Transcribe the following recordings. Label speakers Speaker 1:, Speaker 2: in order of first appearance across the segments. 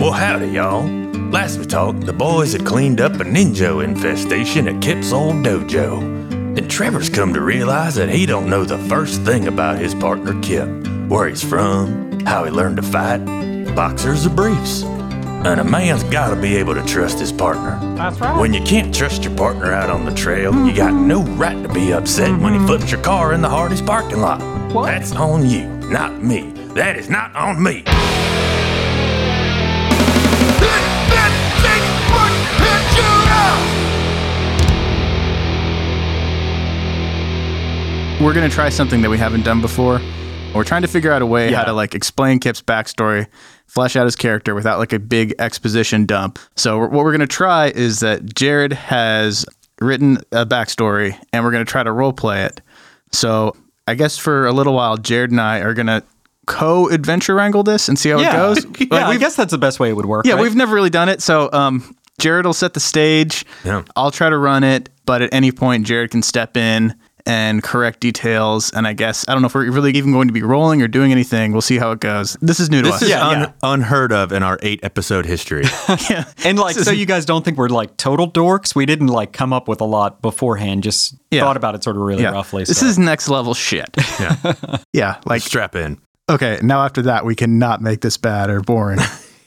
Speaker 1: Well, howdy, y'all. Last we talked, the boys had cleaned up a ninja infestation at Kip's old dojo. And Trevor's come to realize that he don't know the first thing about his partner Kip. Where he's from, how he learned to fight, boxers or briefs. And a man's gotta be able to trust his partner.
Speaker 2: That's right. Mm-hmm.
Speaker 1: When you can't trust your partner out on the trail, you got no right to be upset when he flips your car in the Hardy's parking lot.
Speaker 2: What?
Speaker 1: That's on you, not me. That is not on me.
Speaker 3: We're gonna try something that we haven't done before. We're trying to figure out a way
Speaker 4: Yeah.
Speaker 3: how to like explain Kip's backstory, flesh out his character without like a big exposition dump. So we're- what we're gonna try is that Jared has written a backstory, and we're gonna try to role play it. So I guess for a little while, Jared and I are gonna co-adventure wrangle this and see how it goes.
Speaker 4: yeah,
Speaker 3: Like,
Speaker 4: I
Speaker 3: we've-
Speaker 4: guess that's the best way it would work.
Speaker 3: Yeah,
Speaker 4: right?
Speaker 3: we've never really done it. So um, Jared will set the stage.
Speaker 1: Yeah.
Speaker 3: I'll try to run it, but at any point, Jared can step in and correct details. And I guess I don't know if we're really even going to be rolling or doing anything. We'll see how it goes. This is new to
Speaker 5: This
Speaker 3: us.
Speaker 5: is
Speaker 4: Yeah,
Speaker 5: un-
Speaker 4: yeah.
Speaker 5: unheard of in our eight episode history.
Speaker 4: and like so you guys don't think we're like total dorks. We didn't like come up with a lot beforehand. Just
Speaker 3: Yeah.
Speaker 4: thought about it sort of really roughly.
Speaker 3: This
Speaker 4: so.
Speaker 3: is next level shit.
Speaker 5: yeah.
Speaker 3: yeah, like
Speaker 5: Strap in.
Speaker 3: okay. Now after that, we cannot make this bad or boring.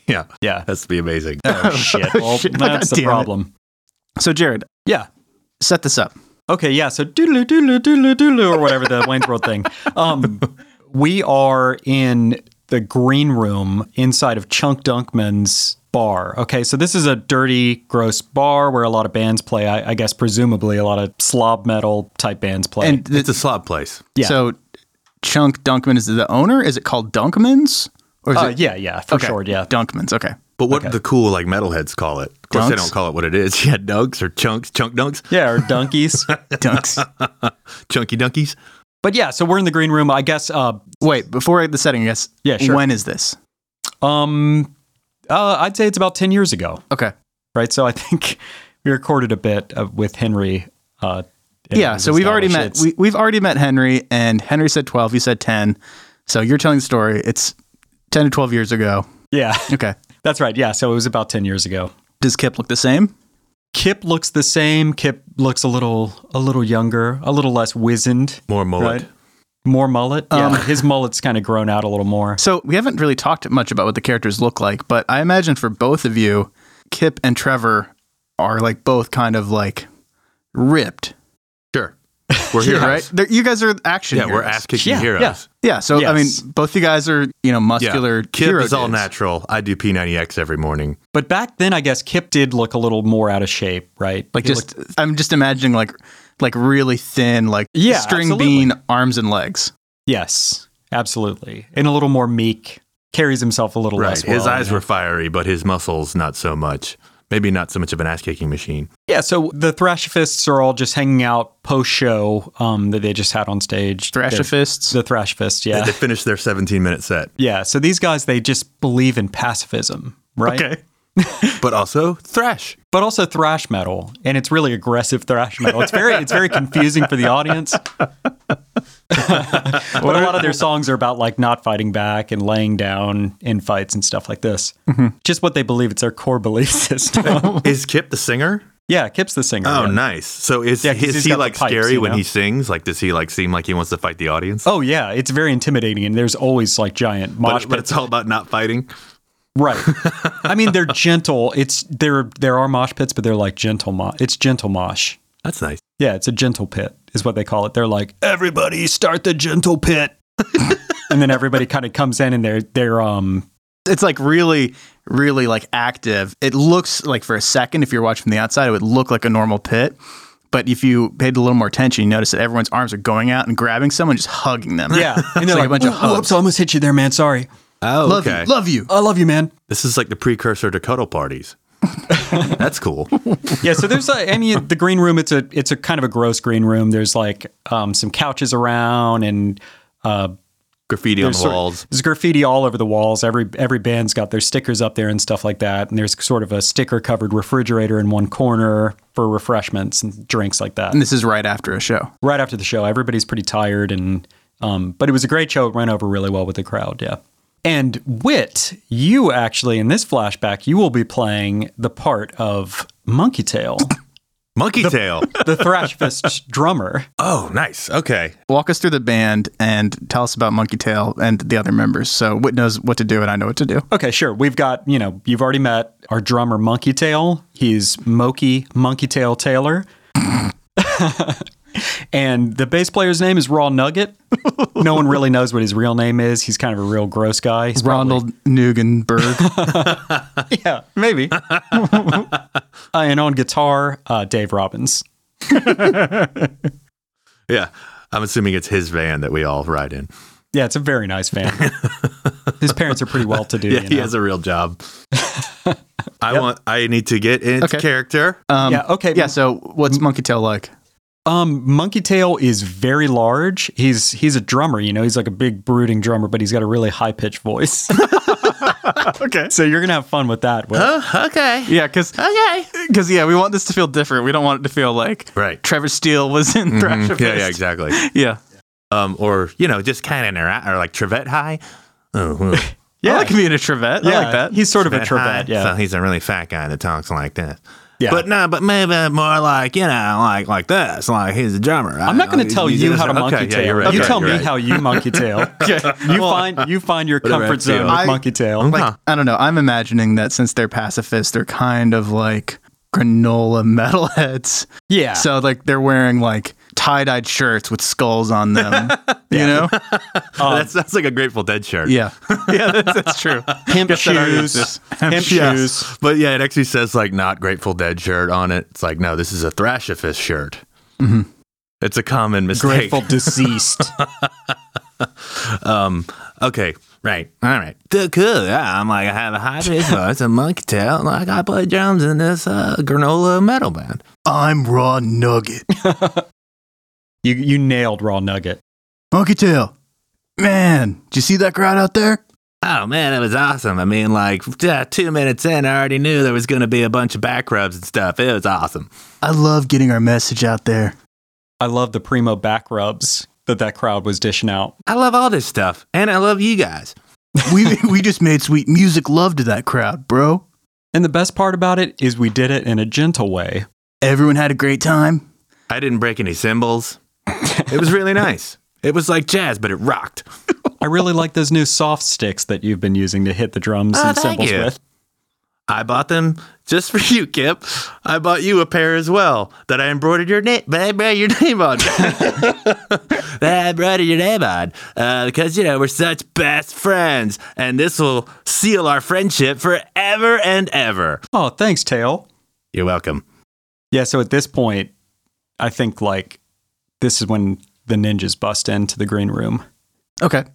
Speaker 5: Yeah.
Speaker 4: Yeah. Oh,
Speaker 5: That's to be amazing.
Speaker 4: shit. Well,
Speaker 3: Shit.
Speaker 4: that's
Speaker 3: God
Speaker 4: the
Speaker 3: damn it.
Speaker 4: problem.
Speaker 3: so Jared,
Speaker 4: Yeah.
Speaker 3: set this up.
Speaker 4: Okay, yeah. So doodle doodle doodle doodle or whatever the Wayne's World thing. Um, we are in the green room inside of Chunk Dunkman's bar. Okay, so this is a dirty, gross bar where a lot of bands play. I, I guess presumably a lot of slob metal type bands play.
Speaker 3: And th-
Speaker 5: it's a slob place.
Speaker 4: Yeah.
Speaker 3: so Chunk Dunkman is the owner. Is it called Dunkman's? Or is
Speaker 4: uh,
Speaker 3: it
Speaker 4: yeah, yeah, for
Speaker 3: Okay,
Speaker 4: sure, yeah.
Speaker 3: Dunkman's. Okay.
Speaker 5: But what the cool like metalheads call it. Of course they
Speaker 3: Dunks?
Speaker 5: don't call it what it is. Yeah, dunks or chunks, chunk dunks,
Speaker 4: Yeah, or donkeys.
Speaker 3: Dunks.
Speaker 5: chunky dunkies.
Speaker 4: but yeah, so we're in the green room. I guess uh,
Speaker 3: Wait, before the setting, I guess.
Speaker 4: Yeah, sure.
Speaker 3: When is this?
Speaker 4: um uh, I'd say it's about 10 years ago,
Speaker 3: Okay.
Speaker 4: right? So I think we recorded a bit of, with Henry uh in
Speaker 3: Yeah.
Speaker 4: his
Speaker 3: So we've already met.
Speaker 4: establishments.
Speaker 3: We, we've already met Henry, and Henry said twelve. You said ten. So you're telling the story. It's ten to twelve years ago.
Speaker 4: yeah,
Speaker 3: Okay.
Speaker 4: that's right. Yeah, so it was about 10 years ago.
Speaker 3: Does Kip look the same?
Speaker 4: Kip looks the same. Kip looks a little a little younger, a little less wizened,
Speaker 5: More mullet.
Speaker 4: right? More mullet.
Speaker 3: Um,
Speaker 4: yeah, his mullet's kind of grown out a little more.
Speaker 3: So we haven't really talked much about what the characters look like, but I imagine for both of you, Kip and Trevor are like both kind of like ripped,
Speaker 5: Sure. We're here,
Speaker 3: right? They're, you guys are action.
Speaker 5: Yeah, we're
Speaker 3: heroes.
Speaker 5: ass kicking
Speaker 4: Yeah,
Speaker 5: heroes.
Speaker 4: yeah.
Speaker 3: Yeah. So I mean,
Speaker 4: Yes.
Speaker 3: both you guys are you
Speaker 5: Yeah.
Speaker 3: know muscular. Yeah.
Speaker 5: Kip is all natural. I do P90X every morning.
Speaker 4: But back then, I guess Kip did look a little more out of shape, right?
Speaker 3: Like
Speaker 4: He
Speaker 3: just, I'm just imagining like, like really thin, like
Speaker 4: Yeah,
Speaker 3: string
Speaker 4: absolutely.
Speaker 3: bean arms and legs.
Speaker 4: Yes, absolutely. And a little more meek, carries himself a little
Speaker 5: Right.
Speaker 4: less.
Speaker 5: his
Speaker 4: well,
Speaker 5: eyes
Speaker 4: you know?
Speaker 5: were fiery, but his muscles not so much. Maybe not so much of an ass kicking machine.
Speaker 4: Yeah, so the Thrashifists are all just hanging out post show um, that they just had on stage.
Speaker 3: Thrashifists.
Speaker 4: They're- The Thrashifists, yeah.
Speaker 5: They finished their 17 minute set,
Speaker 4: yeah, so these guys, they just believe in pacifism, right?
Speaker 5: but also thrash.
Speaker 4: But also thrash metal, and it's really aggressive thrash metal. It's very, it's very confusing for the audience. but a lot of their songs are about like not fighting back and laying down in fights and stuff like this.
Speaker 5: Mm-hmm.
Speaker 4: Just what they believe. It's their core belief system.
Speaker 5: Is Kip the singer?
Speaker 4: yeah, Kip's the singer.
Speaker 5: Oh,
Speaker 4: yeah.
Speaker 5: nice. So is,
Speaker 4: Yeah, 'cause
Speaker 5: is
Speaker 4: he's
Speaker 5: he
Speaker 4: got the
Speaker 5: like
Speaker 4: pipes,
Speaker 5: scary
Speaker 4: you
Speaker 5: when
Speaker 4: know?
Speaker 5: he sings? Like, does he like seem like he wants to fight the audience?
Speaker 4: Oh yeah, it's very intimidating, and there's always like giant mosh
Speaker 5: but, but
Speaker 4: pits.
Speaker 5: it's all about not fighting.
Speaker 4: Right. I mean, they're gentle. It's there. There are mosh pits, but they're like gentle mosh. It's gentle mosh.
Speaker 5: That's nice.
Speaker 4: Yeah, it's a gentle pit, is what they call it. They're like, everybody start the gentle pit, and then everybody kind of comes in and they're they're um
Speaker 3: It's like really, really like active. It looks like for a second, if you're watching from the outside, it would look like a normal pit. But if you paid a little more attention, you notice that everyone's arms are going out and grabbing someone, just hugging them.
Speaker 4: yeah, and
Speaker 3: It's
Speaker 4: they're
Speaker 3: like a bunch of
Speaker 4: "Whoa,
Speaker 3: hugs.
Speaker 4: whoops, I almost hit you there, man. Sorry.
Speaker 5: Oh,
Speaker 3: Love you. Love you.
Speaker 4: I love you, man.
Speaker 5: this is like the precursor to cuddle parties. That's cool.
Speaker 4: yeah, so there's like, I mean, the green room. It's a it's a kind of a gross green room. There's like um some couches around and uh
Speaker 5: Graffiti on the
Speaker 4: sort-
Speaker 5: walls.
Speaker 4: there's graffiti all over the walls. Every every band's got their stickers up there and stuff like that. And there's sort of a sticker covered refrigerator in one corner for refreshments and drinks like that.
Speaker 3: And this is right after a show.
Speaker 4: Right after the show, everybody's pretty tired and um, but it was a great show. It ran over really well with the crowd. Yeah. And Wit, you actually in this flashback, you will be playing the part of Monkey Tail,
Speaker 5: Monkey Tail.
Speaker 4: the Thrashfist drummer.
Speaker 1: Oh, nice.
Speaker 5: Okay.
Speaker 3: Walk us through the band and tell us about Monkey Tail and the other members. So Whit knows what to do and I know what to do.
Speaker 4: Okay, sure. We've got, you know, you've already met our drummer Monkey Tail. He's Moki Monkey Tail Taylor. and the bass player's name is Raw Nugget. No one really knows what his real name is. He's kind of a real gross guy. He's probably-
Speaker 3: Ronald Nugenberg.
Speaker 4: yeah, maybe. uh, and on guitar, uh, Dave Robbins.
Speaker 5: Yeah. I'm assuming it's his van that we all ride in.
Speaker 4: Yeah, it's a very nice fan. His parents are pretty well to do.
Speaker 5: Yeah,
Speaker 4: you
Speaker 5: he
Speaker 4: know?
Speaker 5: has a real job. I want. I need to get into
Speaker 3: Okay.
Speaker 5: character.
Speaker 3: Um,
Speaker 4: Yeah, okay.
Speaker 3: Yeah, so what's Monkey Tail like?
Speaker 4: Um, Monkey Tail is very large. He's he's a drummer, you know. He's like a big brooding drummer, but he's got a really high pitched voice.
Speaker 3: Okay.
Speaker 4: so you're gonna have fun with that. Will.
Speaker 5: Oh, okay.
Speaker 3: Yeah, because
Speaker 5: Okay.
Speaker 3: yeah, we want this to feel different. We don't want it to feel like
Speaker 5: Right.
Speaker 3: Trevor Steele was in Thrasher.
Speaker 5: Mhm. Yeah, yeah, exactly.
Speaker 3: Yeah.
Speaker 5: Um, or you know, just kind of or like Trevette High. Oh, well,
Speaker 3: Yeah. I like being a Trevette. I like that.
Speaker 4: He's sort of a
Speaker 5: Trevette High.
Speaker 4: trivet. Yeah.
Speaker 5: So he's a really fat guy that talks like that.
Speaker 4: Yeah.
Speaker 5: But no, but maybe more like you know, like like this, like he's a drummer.
Speaker 4: I'm not going to tell you how to monkey
Speaker 5: okay,
Speaker 4: tail.
Speaker 5: Yeah,
Speaker 4: you
Speaker 5: you're right, you're
Speaker 4: tell
Speaker 5: right,
Speaker 4: me
Speaker 5: you're right.
Speaker 4: how you monkey tail. You find you find your
Speaker 5: the
Speaker 4: comfort
Speaker 5: red
Speaker 4: zone
Speaker 5: tail.
Speaker 4: with
Speaker 5: I-
Speaker 4: monkey tail.
Speaker 5: Okay.
Speaker 3: Like, I don't know. I'm imagining that since they're pacifists, they're kind of like granola metalheads.
Speaker 4: yeah.
Speaker 3: So like they're wearing like tie-dyed shirts with skulls on them. You know?
Speaker 4: um,
Speaker 5: Oh, that's that's like a Grateful Dead shirt.
Speaker 3: Yeah. Yeah, that's, that's true.
Speaker 4: Hemp shoes.
Speaker 3: exists. Hemp
Speaker 4: Hemp
Speaker 5: Yes.
Speaker 4: shoes.
Speaker 5: But yeah, it actually says like not Grateful Dead shirt on it. It's like no, this is a Thrashifist shirt.
Speaker 3: Mm-hmm.
Speaker 5: It's a common mistake.
Speaker 4: Grateful deceased.
Speaker 5: Um. Okay. Right. All right. D- Cool. Yeah. I'm like I have a high pitch voice, a monkey tail. Like I play drums in this uh, granola metal band.
Speaker 3: I'm Raw Nugget.
Speaker 4: you you nailed raw nugget.
Speaker 3: Monkey Tail. Man, did you see that crowd out there?
Speaker 5: Oh man, it was awesome. I mean, like yeah, two minutes in, I already knew there was gonna be a bunch of back rubs and stuff. It was awesome.
Speaker 3: I love getting our message out there.
Speaker 4: I love the primo back rubs that that crowd was dishing out.
Speaker 5: I love all this stuff, and I love you guys.
Speaker 3: We we just made sweet music love to that crowd, bro.
Speaker 4: And the best part about it is we did it in a gentle way.
Speaker 3: Everyone had a great time.
Speaker 5: I didn't break any cymbals. It was really nice. It was like jazz, but it rocked.
Speaker 4: I really like those new soft sticks that you've been using to hit the drums
Speaker 5: Oh,
Speaker 4: and
Speaker 5: thank
Speaker 4: cymbals
Speaker 5: you.
Speaker 4: with.
Speaker 5: I bought them just for you, Kip. I bought you a pair as well that I embroidered your name, your name on. that I embroidered your name on uh, because you know we're such best friends, and this will seal our friendship forever and ever.
Speaker 4: Oh, thanks, Tail.
Speaker 5: You're welcome.
Speaker 4: Yeah, so at this point, I think like this is when the ninjas bust into the green room.
Speaker 3: Okay.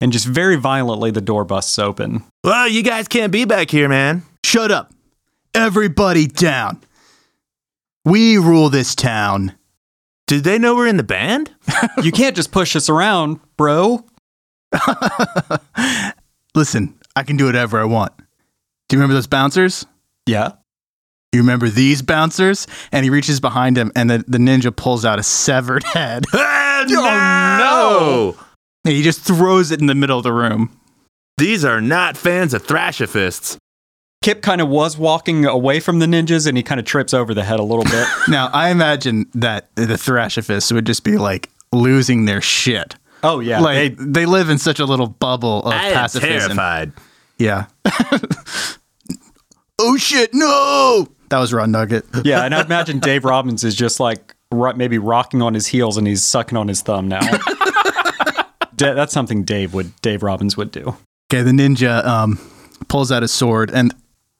Speaker 4: And just very violently the door busts open.
Speaker 5: Well, you guys can't be back here, man.
Speaker 3: Shut up. Everybody down. We rule this town.
Speaker 5: Did they know we're in the band?
Speaker 4: You can't just push us around, bro.
Speaker 3: Listen, I can do whatever I want. Do you remember those bouncers?
Speaker 4: Yeah.
Speaker 3: You remember these bouncers? And he reaches behind him and the, the ninja pulls out a severed head. Oh,
Speaker 5: Ah,
Speaker 4: no.
Speaker 3: And he just throws it in the middle of the room.
Speaker 5: These are not fans of Thrashifists.
Speaker 4: Kip kind of was walking away from the ninjas and he kind of trips over the head a little bit.
Speaker 3: Now, I imagine that the Thrashifists would just be like losing their shit.
Speaker 4: oh, yeah.
Speaker 3: like they, live in such a little bubble of
Speaker 5: I am
Speaker 3: pacifism.
Speaker 5: terrified.
Speaker 3: Yeah. oh shit! No, that was Ron Nugget.
Speaker 4: Yeah, and I imagine Dave Robbins is just like ro- maybe rocking on his heels and he's sucking on his thumb now. Da- that's something Dave would Dave Robbins would do.
Speaker 3: Okay, the ninja um, pulls out his sword, and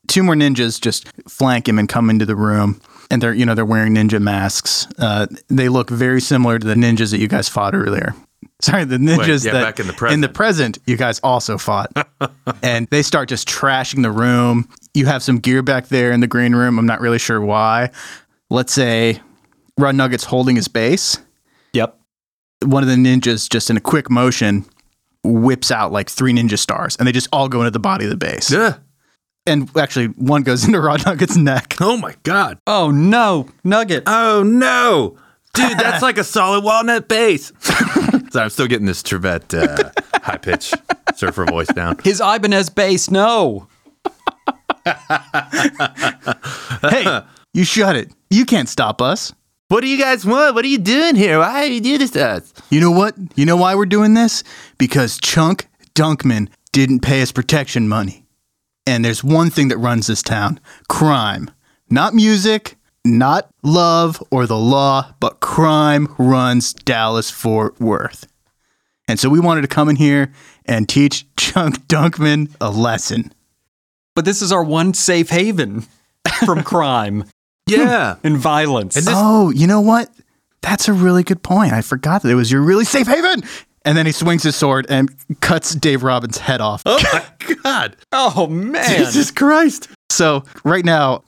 Speaker 3: two more ninjas just flank him and come into the room. And they're you know they're wearing ninja masks. Uh, they look very similar to the ninjas that you guys fought earlier. Sorry, the ninjas
Speaker 5: yeah,
Speaker 3: that
Speaker 5: back in the present.
Speaker 3: in the present you guys also fought, and they start just trashing the room. You have some gear back there in the green room. I'm not really sure why. Let's say Run Nuggets holding his base
Speaker 4: Yep.
Speaker 3: one of the ninjas just in a quick motion whips out like three ninja stars and they just all go into the body of the base.
Speaker 5: Ugh.
Speaker 3: And actually one goes into Rod Nugget's neck.
Speaker 5: Oh my god.
Speaker 4: Oh no, Nugget.
Speaker 5: Oh no, dude, that's like a solid walnut base. Sorry, I'm still getting this Trevette uh, high pitch. surfer voice down.
Speaker 4: His Ibanez bass, no.
Speaker 3: hey, you shut it. You can't stop us.
Speaker 5: What do you guys want? What are you doing here? Why do you do this to us?
Speaker 3: You know what? You know why we're doing this? Because Chunk Dunkman didn't pay his protection money. And there's one thing that runs this town crime. Not music, not love or the law, but crime runs Dallas Fort Worth. And so we wanted to come in here and teach Chunk Dunkman a lesson.
Speaker 4: But this is our one safe haven from crime
Speaker 5: Yeah.
Speaker 4: and violence.
Speaker 5: And this-
Speaker 3: Oh, you know what? That's a really good point. I forgot that it was your really safe haven. And then he swings his sword and cuts Dave Robbins' head off.
Speaker 5: oh my God.
Speaker 4: oh, man.
Speaker 5: Jesus Christ.
Speaker 3: So right now,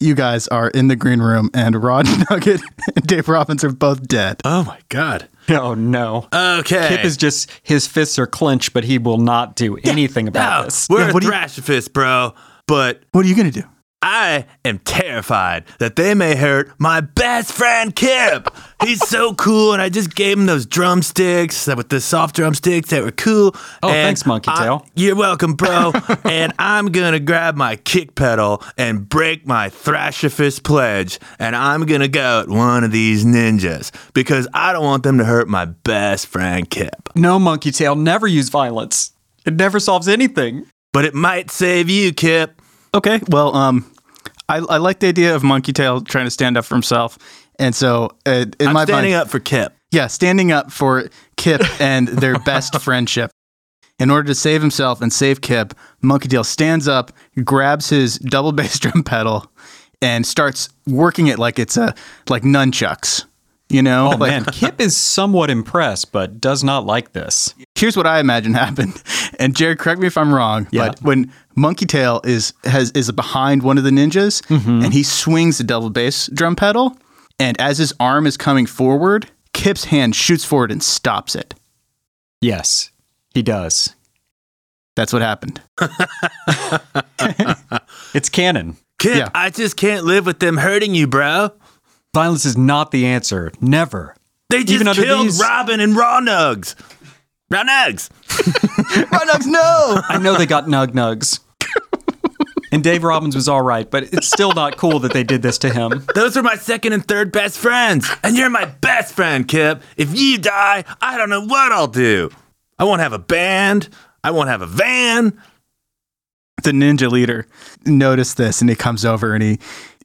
Speaker 3: you guys are in the green room, and Rod Nugget and Dave Robbins are both dead.
Speaker 5: Oh my God.
Speaker 4: Oh, no.
Speaker 5: Okay.
Speaker 4: Kip is just, his fists are clenched, but he will not do anything about
Speaker 5: Oh,
Speaker 4: this.
Speaker 5: we're
Speaker 3: Yeah,
Speaker 5: a
Speaker 3: what do you-
Speaker 5: thrash fist, bro. But
Speaker 3: What are you gonna do?
Speaker 5: I am terrified that they may hurt my best friend Kip. He's so cool, and I just gave him those drumsticks with the soft drumsticks that were cool.
Speaker 4: Oh,
Speaker 5: and
Speaker 4: thanks, Monkey
Speaker 5: I-
Speaker 4: Tail.
Speaker 5: You're welcome, bro. and I'm gonna grab my kick pedal and break my Thrashophist pledge, and I'm gonna go at one of these ninjas because I don't want them to hurt my best friend Kip.
Speaker 4: No, Monkey Tail, never use violence. It never solves anything.
Speaker 5: But it might save you, Kip.
Speaker 3: Okay, well, um, I, I like the idea of Monkey Tail trying to stand up for himself, and so uh, in
Speaker 5: I'm
Speaker 3: my
Speaker 5: standing
Speaker 3: mind,
Speaker 5: up for Kip.
Speaker 3: yeah, standing up for Kip and their best friendship. In order to save himself and save Kip, Monkey Tail stands up, grabs his double bass drum pedal, and starts working it like it's a like nunchucks. You know,
Speaker 4: Oh,
Speaker 3: like,
Speaker 4: man. Kip is somewhat impressed, but does not like this.
Speaker 3: here's what I imagine happened. And Jared, correct me if I'm wrong,
Speaker 4: Yeah.
Speaker 3: but when Monkey Tail is has is behind one of the ninjas and he swings the double bass drum pedal, and as his arm is coming forward, Kip's hand shoots forward and stops it.
Speaker 4: Yes, he does.
Speaker 3: That's what happened.
Speaker 4: It's canon.
Speaker 5: Kip,
Speaker 3: Yeah.
Speaker 5: I just can't live with them hurting you, bro.
Speaker 4: Violence is not the answer. Never.
Speaker 5: They just
Speaker 4: Even under
Speaker 5: killed
Speaker 4: these-
Speaker 5: Robin and Raw Nugs. Raw Nugs.
Speaker 3: no!
Speaker 4: I know they got nug nugs. And Dave Robbins was all right, but it's still not cool that they did this to him.
Speaker 5: Those are my second and third best friends. And you're my best friend, Kip. If you die, I don't know what I'll do. I won't have a band. I won't have a van.
Speaker 3: The ninja leader noticed this and he comes over and he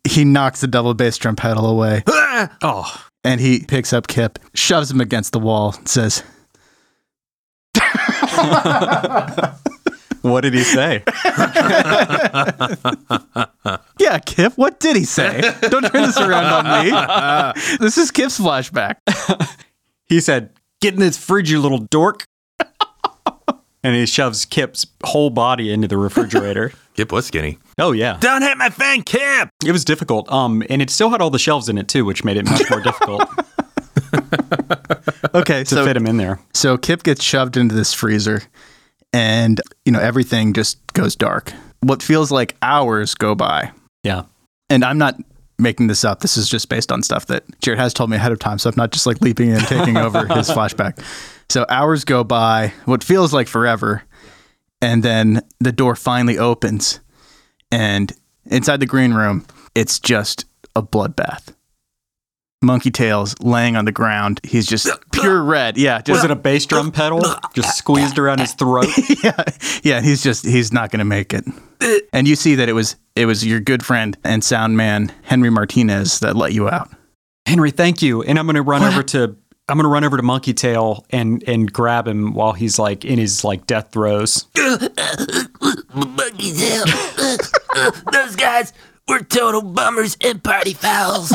Speaker 3: he knocks the double bass drum pedal away
Speaker 5: Ah!
Speaker 4: Oh,
Speaker 3: and he picks up Kip, shoves him against the wall, and says,
Speaker 4: what did he say?
Speaker 3: Yeah, Kip, what did he say? Don't turn this around on me. This is Kip's flashback.
Speaker 4: He said, Get in this fridge, you little dork. And he shoves Kip's whole body into the refrigerator.
Speaker 5: Kip was skinny.
Speaker 4: Oh, yeah.
Speaker 5: Don't hit my friend, Kip.
Speaker 4: It was difficult. Um, And it still had all the shelves in it, too, which made it much more difficult to
Speaker 3: Okay, so
Speaker 4: fit him in there.
Speaker 3: So Kip gets shoved into this freezer and you know everything just goes dark. What feels like hours go by.
Speaker 4: Yeah.
Speaker 3: And I'm not making this up. This is just based on stuff that Jared has told me ahead of time, so I'm not just like leaping in and taking over his flashback. So hours go by, what feels like forever, and then the door finally opens and inside the green room, it's just a bloodbath. Monkey tails laying on the ground. He's just pure red. Yeah, just
Speaker 4: Was it a bass drum pedal just squeezed around his throat?
Speaker 3: yeah, yeah. He's just he's not going to make it.
Speaker 4: Uh.
Speaker 3: And you see that it was it was your good friend and sound man Henry Martinez that let you out.
Speaker 4: Henry, thank you. And I'm gonna run over to I'm gonna run over to Monkey Tail and and grab him while he's like in his like death throes.
Speaker 5: Monkey's Hill. Those guys were total bummers and party fouls.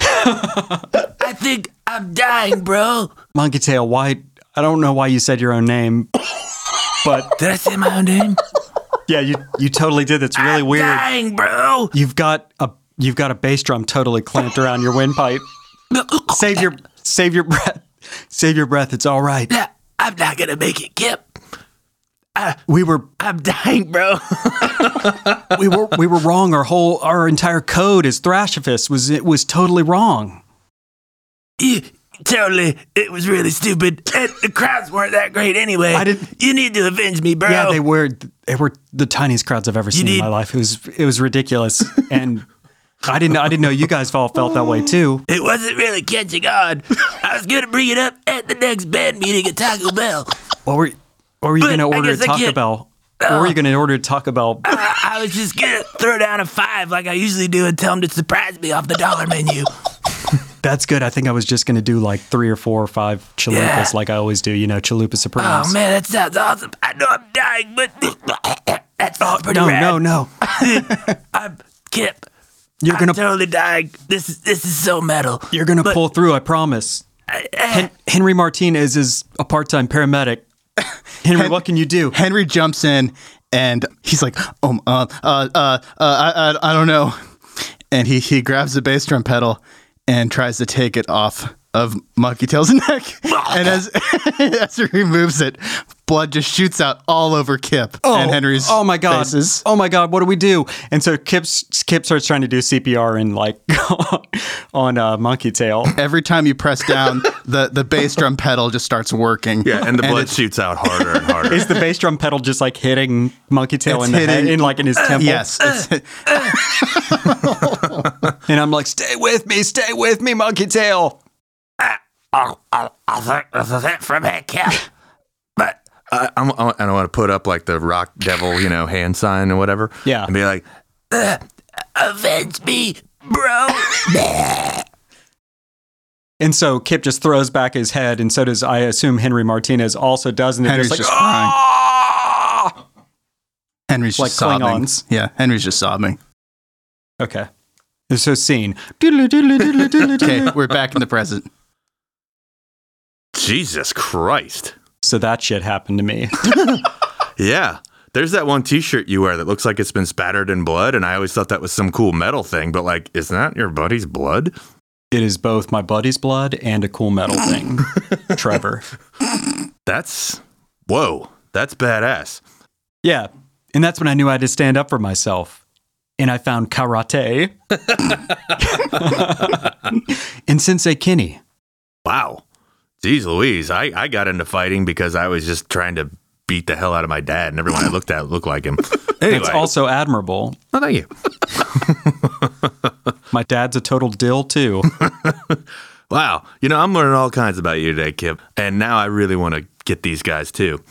Speaker 5: I think I'm dying, bro.
Speaker 4: Monkey Tail, why I don't know why you said your own name. But
Speaker 5: Did I say my own name?
Speaker 4: yeah, you you totally did. It's really weird.
Speaker 5: Dying, bro.
Speaker 4: You've got a you've got a bass drum totally clamped around your windpipe. Save your save your breath. Save your breath. It's all right.
Speaker 5: I'm not gonna make it, Kip.
Speaker 4: We were
Speaker 5: I'm dying, bro.
Speaker 4: we were we were wrong. Our whole our entire code as Thrashophist was it was totally wrong.
Speaker 5: you, Totally. It was really stupid. And the crowds weren't that great anyway.
Speaker 4: I didn't-
Speaker 5: You need to avenge me, bro.
Speaker 4: Yeah, they were they were the tiniest crowds I've ever seen in
Speaker 5: Oh. need-
Speaker 4: my life. It was it was ridiculous, and I didn't I didn't know you guys all felt that way too.
Speaker 5: It wasn't really catching on. I was gonna bring it up at the next band meeting at Taco Bell.
Speaker 4: What were what were you
Speaker 5: But
Speaker 4: going to
Speaker 5: I
Speaker 4: order at
Speaker 5: guess I
Speaker 4: Taco
Speaker 5: can't-
Speaker 4: Bell? What were you going to order at Taco Bell?
Speaker 5: I, I was just gonna throw down a five like I usually do and tell them to surprise me off the dollar menu.
Speaker 4: That's good. I think I was just going to do like three or four or five chalupas,
Speaker 5: Yeah.
Speaker 4: like I always do. You know, chalupa
Speaker 5: Oh
Speaker 4: surprise.
Speaker 5: man, that sounds awesome. I know I'm dying, but that's all pretty
Speaker 4: no,
Speaker 5: rad.
Speaker 4: no, no!
Speaker 5: I'm Kip.
Speaker 4: You're
Speaker 5: I'm
Speaker 4: gonna
Speaker 5: totally dying. This is this is so metal.
Speaker 4: you're gonna
Speaker 5: But- uh,
Speaker 4: pull through. I promise. Hen- Henry Martinez is a part-time paramedic. Henry, what can you do?
Speaker 3: Henry jumps in and he's like, um, uh, uh, uh, uh, I, I, I don't know. And he, he grabs the bass drum pedal and tries to take it off of Monkey Tail's neck. And as, as he removes it, blood just shoots out all over Kip and Henry's
Speaker 4: oh my god
Speaker 3: faces.
Speaker 4: oh my god what do we do and so Kip's, kip starts trying to do cpr and like on uh, monkey tail
Speaker 3: Every time you press down, the, the bass drum pedal just starts working.
Speaker 1: Yeah, and the blood
Speaker 3: it's-
Speaker 1: shoots out harder and harder.
Speaker 4: is the bass drum pedal just like hitting monkey tail
Speaker 3: It's
Speaker 4: in the head
Speaker 3: hitting-
Speaker 4: in like in his temple
Speaker 3: Yes, it's,
Speaker 4: and i'm like stay with me stay with me monkey tail
Speaker 5: Oh, I, I think this is it from that Kip. But
Speaker 1: I, I'm, I don't want to put up like the rock devil, you know, hand sign or whatever.
Speaker 4: Yeah.
Speaker 1: And be like, "Uh,
Speaker 5: avenge me, bro.
Speaker 4: and so kip just throws back his head and so does i assume henry martinez also does and they're
Speaker 3: Henry's
Speaker 4: just like
Speaker 3: just crying.
Speaker 1: Ah!
Speaker 5: oh!
Speaker 3: Henry's
Speaker 4: Like
Speaker 3: just sobbing.
Speaker 4: Klingons.
Speaker 3: Yeah, Henry's just sobbing.
Speaker 4: "Oh." okay It's so scene Doodly, doodly, doodly, doodly,
Speaker 3: Okay,
Speaker 4: doodly.
Speaker 3: we're back in the present.
Speaker 1: Jesus Christ.
Speaker 4: so that shit happened to me
Speaker 1: Yeah. There's that one T-shirt you wear that looks like it's been spattered in blood, and I always thought that was some cool metal thing. But like, isn't that your buddy's blood?
Speaker 4: It is both my buddy's blood and a cool metal thing. Trevor.
Speaker 1: That's whoa. That's badass.
Speaker 4: Yeah. And that's when I knew I had to stand up for myself. And I found karate. and Sensei Kinney.
Speaker 1: Wow. Jeez Louise, I, I got into fighting because I was just trying to beat the hell out of my dad, and everyone I looked at looked like him. Anyway,
Speaker 4: That's also admirable.
Speaker 1: oh, thank you.
Speaker 4: My dad's a total dill, too.
Speaker 1: Wow. You know, I'm learning all kinds about you today, Kip. And now I really want to get these guys too.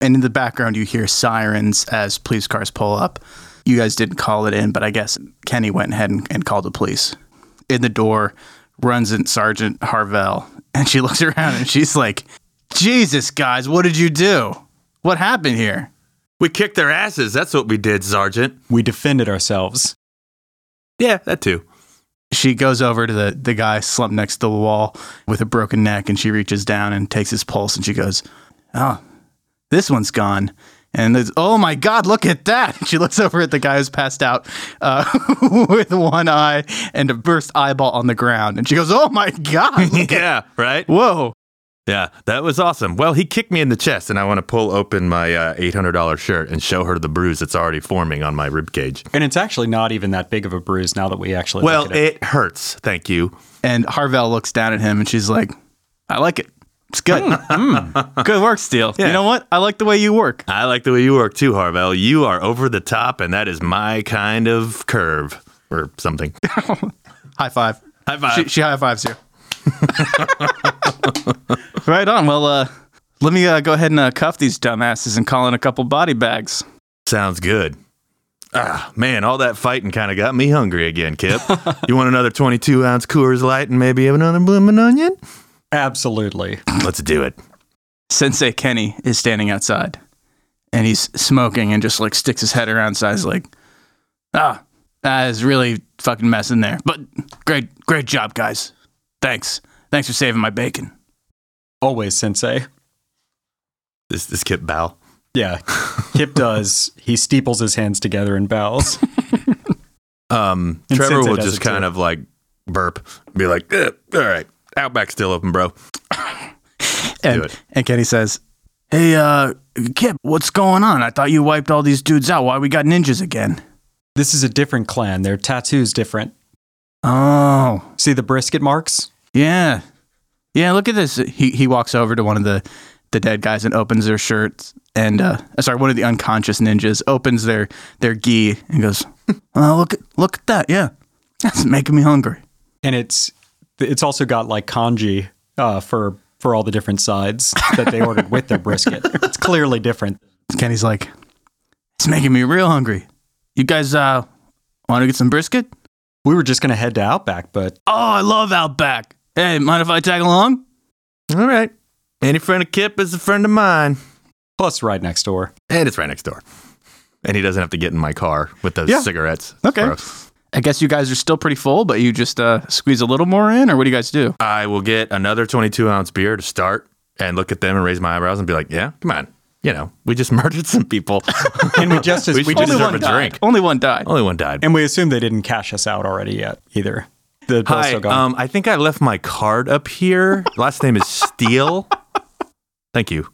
Speaker 3: And in the background, you hear sirens as police cars pull up. You guys didn't call it in, but I guess Kenny went ahead and, and called the police. In the door, runs in Sergeant Harvell, and she looks around and she's like, Jesus, guys, what did you do? What happened here?
Speaker 1: We kicked their asses. That's what we did, Sergeant.
Speaker 4: We defended ourselves.
Speaker 1: Yeah, that too.
Speaker 3: She goes over to the, the guy slumped next to the wall with a broken neck, and she reaches down and takes his pulse, and she goes, Oh, this one's gone. And there's, oh my God, look at that. She looks over at the guy who's passed out uh, with one eye and a burst eyeball on the ground. And she goes, oh my God. look at-
Speaker 1: Yeah, right?
Speaker 3: Whoa.
Speaker 1: Yeah, that was awesome. Well, he kicked me in the chest, and I want to pull open my uh, $800 shirt and show her the bruise that's already forming on my rib cage.
Speaker 4: And it's actually not even that big of a bruise now that we actually look
Speaker 1: Well,
Speaker 4: at it.
Speaker 1: it hurts. Thank you.
Speaker 3: And Harvell looks down at him and she's like, I like it. It's good. Good work, Steele. You know what? I like the way you work.
Speaker 1: I like the way you work too, Harvell. You are over the top, and that is my kind of curve or something.
Speaker 3: High five.
Speaker 1: High five.
Speaker 3: She, she high fives you. right on. Well, uh, let me uh, go ahead and uh, cuff these dumbasses and call in a couple body bags.
Speaker 1: Sounds good. Ah, man, all that fighting kind of got me hungry again, Kip. you want another 22 ounce Coors Light and maybe another bloomin' onion?
Speaker 4: Absolutely.
Speaker 1: Let's do it.
Speaker 3: Sensei Kenny is standing outside and he's smoking and just like sticks his head around sides like, ah, that is really fucking messing there. But great, great job, guys. Thanks. Thanks for saving my bacon.
Speaker 4: Always, Sensei.
Speaker 1: This this Kip bow.
Speaker 4: Yeah. Kip does. He steeples his hands together and bows.
Speaker 1: Um,
Speaker 4: And
Speaker 1: Trevor
Speaker 4: Sensei
Speaker 1: will
Speaker 4: does
Speaker 1: just
Speaker 4: it too.
Speaker 1: kind of like burp, be like, "Eh, all right, Outback's still open, bro.
Speaker 3: And,
Speaker 1: Do it.
Speaker 3: and Kenny says, Hey, uh, Kip, what's going on? I thought you wiped all these dudes out. Why we got ninjas again?
Speaker 4: This is a different clan. Their tattoo's different.
Speaker 3: Oh,
Speaker 4: See the brisket marks?
Speaker 3: yeah. yeah, look at this. He he walks over to one of the the dead guys and opens their shirts and uh, sorry, one of the unconscious ninjas opens their their gi and goes, oh, look look at that, yeah, that's making me hungry.
Speaker 4: and it's it's also got like kanji uh, for for all the different sides that they ordered with their brisket. It's clearly different.
Speaker 3: Kenny's like, it's making me real hungry. You guys uh want to get some brisket?
Speaker 4: We were just gonna head to Outback, but
Speaker 3: Oh, I love Outback. Hey, mind if I tag along?
Speaker 1: All right. Any friend of Kip is a friend of mine.
Speaker 4: plus right next door.
Speaker 1: And it's right next door. And he doesn't have to get in my car with those
Speaker 3: Yeah.
Speaker 1: cigarettes.
Speaker 3: Okay.
Speaker 1: Gross.
Speaker 3: I guess you guys are still pretty full, but you just uh, squeeze a little more in, or what do you guys do?
Speaker 1: I will get another 22 ounce beer to start and look at them and raise my eyebrows and be like, yeah, come on. You know, we just murdered some people.
Speaker 4: And we just
Speaker 1: We
Speaker 4: we
Speaker 1: should
Speaker 4: just
Speaker 1: deserve a
Speaker 3: died.
Speaker 1: drink.
Speaker 3: Only one died.
Speaker 1: Only one died.
Speaker 4: and we assume they didn't cash us out already yet either. The bill's
Speaker 1: Hi,
Speaker 4: still gone.
Speaker 1: um, I think I left my card up here. Last name is Steele. Thank you.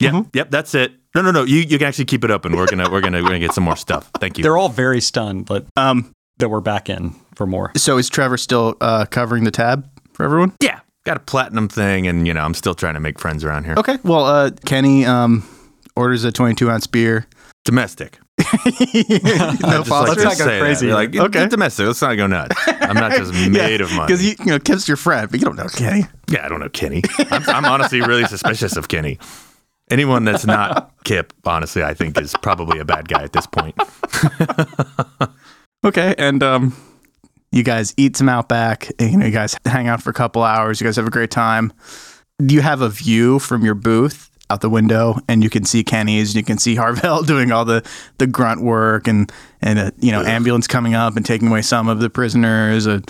Speaker 1: Yep,
Speaker 4: Mm-hmm.
Speaker 1: yep, that's it. No, no, no. You you can actually keep it open. We're gonna we're gonna we're gonna get some more stuff. Thank you.
Speaker 4: They're all very stunned, but
Speaker 3: Um,
Speaker 4: that we're back in for more.
Speaker 3: so is Trevor still uh, covering the tab for everyone?
Speaker 1: yeah, got a platinum thing, and you know I'm still trying to make friends around here.
Speaker 3: Okay. Well, uh, Kenny um, orders a 22 ounce beer.
Speaker 1: Domestic.
Speaker 3: no
Speaker 1: Just like
Speaker 4: Let's
Speaker 1: to
Speaker 4: not go
Speaker 1: say that.
Speaker 4: crazy
Speaker 1: You're
Speaker 4: here.
Speaker 1: Like,
Speaker 3: Okay.
Speaker 1: okay, domestic. Let's not go nuts. I'm not just made of money.
Speaker 3: Because you, you know, Kip's your friend, but you don't know Kenny.
Speaker 1: Yeah, I don't know Kenny. I'm, I'm honestly really suspicious of Kenny. Anyone that's not Kip, honestly, I think is probably a bad guy at this point.
Speaker 3: Okay, and um, you guys eat some Outback. And, you know, you guys hang out for a couple hours. You guys have a great time. You have a view from your booth out the window, and you can see Kenny's, and you can see Harvell doing all the, the grunt work, and and a you know ambulance coming up and taking away some of the prisoners. A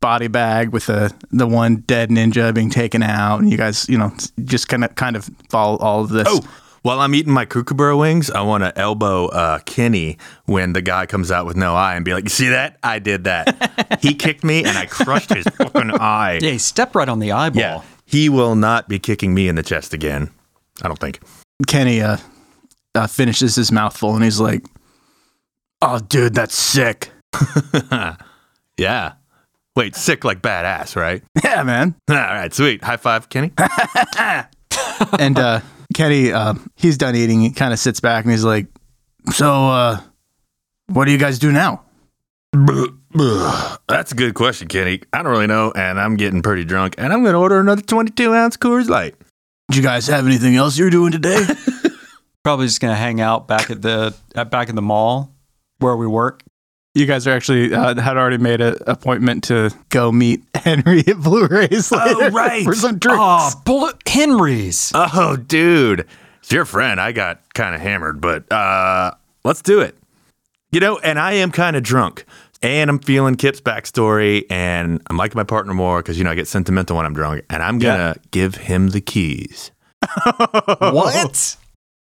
Speaker 3: body bag with the the one dead ninja being taken out, and you guys you know just kind of kind of follow all of this.
Speaker 1: Oh, while I'm eating my kookaburra wings, I want to elbow uh, Kenny when the guy comes out with no eye and be like, "You see that? I did that. he kicked me, and I crushed his fucking eye."
Speaker 4: Yeah, he stepped right on the eyeball.
Speaker 1: Yeah, he will not be kicking me in the chest again. I don't think.
Speaker 3: Kenny uh, uh, finishes his mouthful and he's like, "Oh, dude, that's sick."
Speaker 1: Yeah. Wait, sick like badass, right?
Speaker 3: Yeah, man.
Speaker 1: All right, sweet. High five, Kenny.
Speaker 3: And uh, Kenny, uh, he's done eating. He kind of sits back and he's like, "So, uh, what do you guys do now?"
Speaker 1: That's a good question, Kenny. I don't really know, and I'm getting pretty drunk, and I'm gonna order another 22 ounce Coors Light.
Speaker 3: Do you guys have anything else you're doing today?
Speaker 4: Probably just gonna hang out back at the at back in the mall where we work.
Speaker 3: you guys are actually uh, had already made an appointment to go meet Henry at Blue Rays later
Speaker 1: Oh, right.
Speaker 3: for some drinks.
Speaker 4: Oh, bullet Henry's.
Speaker 1: Oh, dude, it's your friend. I got kind of hammered, but uh, let's do it. You know, and I am kind of drunk, and I'm feeling Kip's backstory, and I'm liking my partner more because you know I get sentimental when I'm drunk, and I'm gonna give him the keys. Oh.
Speaker 4: What?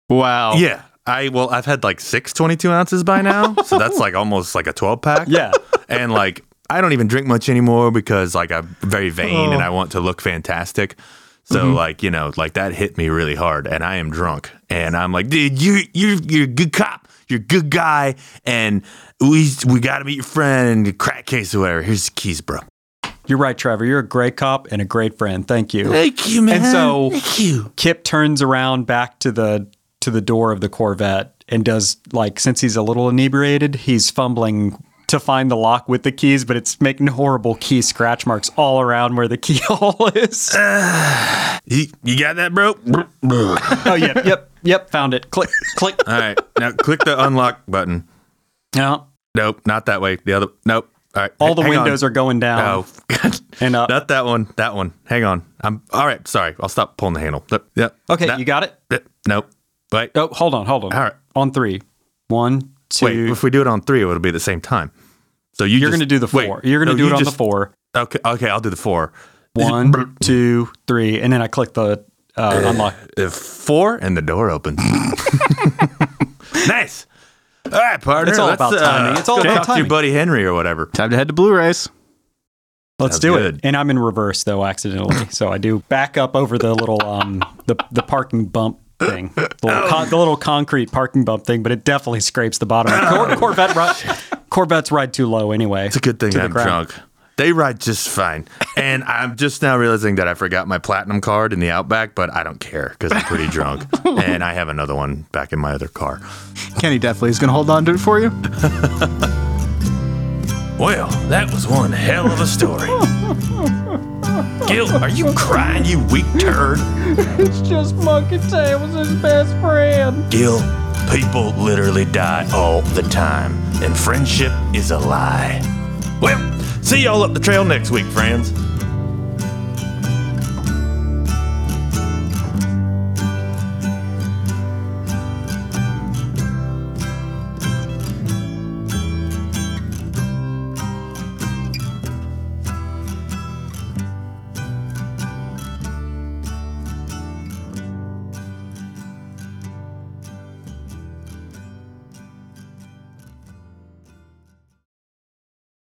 Speaker 3: Wow.
Speaker 4: Oh.
Speaker 1: Yeah. I well, I've had like six 22 ounces by now, so that's like almost like a 12 pack.
Speaker 4: Yeah.
Speaker 1: and like I don't even drink much anymore because like I'm very vain
Speaker 4: Oh.
Speaker 1: and I want to look fantastic. So
Speaker 4: Mm-hmm.
Speaker 1: like you know like that hit me really hard and I am drunk and I'm like dude you you you're a good cop you're a good guy and we we gotta meet your friend and the crack case or whatever here's the keys bro
Speaker 4: You're right, Trevor. You're a great cop and a great friend. Thank you.
Speaker 1: thank you man
Speaker 4: And so-
Speaker 1: thank you
Speaker 4: Kip turns around back to the to the door of the Corvette and does like since he's a little inebriated, he's fumbling to find the lock with the keys, but it's making horrible key scratch marks all around where the keyhole is.
Speaker 1: you, you got that bro
Speaker 4: oh yeah, yep, yep, found it. Click, click.
Speaker 1: all right now click the unlock button
Speaker 4: No,
Speaker 1: nope not that way the other nope all right
Speaker 4: all the windows are going down
Speaker 1: oh God.
Speaker 4: and up.
Speaker 1: Not that one. That one. Hang on. I'm all right. Sorry. I'll stop pulling the handle. Yep. yep
Speaker 4: okay, you got it.
Speaker 1: got. Nope. Wait.
Speaker 4: Oh, hold on, hold on.
Speaker 1: All right.
Speaker 4: on three, one, two.
Speaker 1: Wait. If we do it on three, it'll be the same time. So you
Speaker 4: You're
Speaker 1: just-
Speaker 4: gonna do the
Speaker 1: wait,
Speaker 4: four. You're gonna
Speaker 1: no,
Speaker 4: do
Speaker 1: you
Speaker 4: it on
Speaker 1: just-
Speaker 4: the four.
Speaker 1: Okay. Okay. I'll do the four.
Speaker 4: One, two, three, and then I click the uh,
Speaker 1: Eh,
Speaker 4: unlock.
Speaker 1: If four and the door opens. nice. All right, partner.
Speaker 4: It's all
Speaker 1: let's,
Speaker 4: about
Speaker 1: uh,
Speaker 4: timing. It's all
Speaker 1: go
Speaker 4: about
Speaker 1: talk to
Speaker 4: timing.
Speaker 1: your buddy Henry or whatever.
Speaker 3: Time to head to Blue Rays.
Speaker 4: Let's
Speaker 1: Sounds
Speaker 4: do
Speaker 1: good.
Speaker 4: it. And I'm in reverse though, accidentally. so I do back up over the little um the the parking bump thing, the
Speaker 1: Oh.
Speaker 4: little, con- the little concrete parking bump thing. But it definitely scrapes the bottom. Cor- Corvette ri- Corvette's ride too low anyway.
Speaker 1: Oh. It's a good thing
Speaker 4: to the
Speaker 1: I'm
Speaker 4: ground.
Speaker 1: drunk.
Speaker 5: They ride just fine. And I'm just now realizing that I forgot my platinum card in the Outback, but I don't care because I'm pretty drunk. And I have another one back in my other car.
Speaker 3: Kenny definitely is going to hold on to it for you.
Speaker 1: Well, that was one hell of a story. Gil, are you crying, you weak turd?
Speaker 2: It's just Monkey Tail was his best friend.
Speaker 1: Gil, people literally die all the time, and friendship is a lie. Well, see y'all up the trail next week, friends.